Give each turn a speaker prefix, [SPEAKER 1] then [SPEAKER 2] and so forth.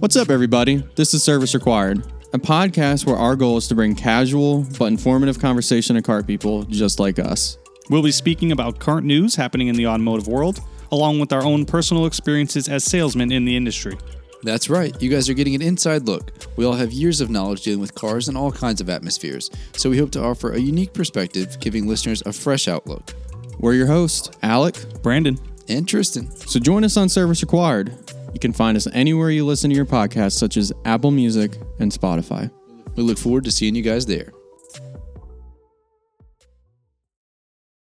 [SPEAKER 1] What's up, everybody? This is Service Required, a podcast where our goal is to bring casual but informative conversation to car people just like us.
[SPEAKER 2] We'll be speaking about current news happening in the automotive world, along with our own personal experiences as salesmen in the industry.
[SPEAKER 3] That's right. You guys are getting an inside look. We all have years of knowledge dealing with cars in all kinds of atmospheres, so we hope to offer a unique perspective, giving listeners a fresh outlook.
[SPEAKER 1] We're your host, Alec.
[SPEAKER 2] Brandon,
[SPEAKER 3] And Tristan,
[SPEAKER 1] So join us on Service Required. You can find us anywhere you listen to your podcasts, such as Apple Music and Spotify.
[SPEAKER 3] we look forward to seeing you guys there.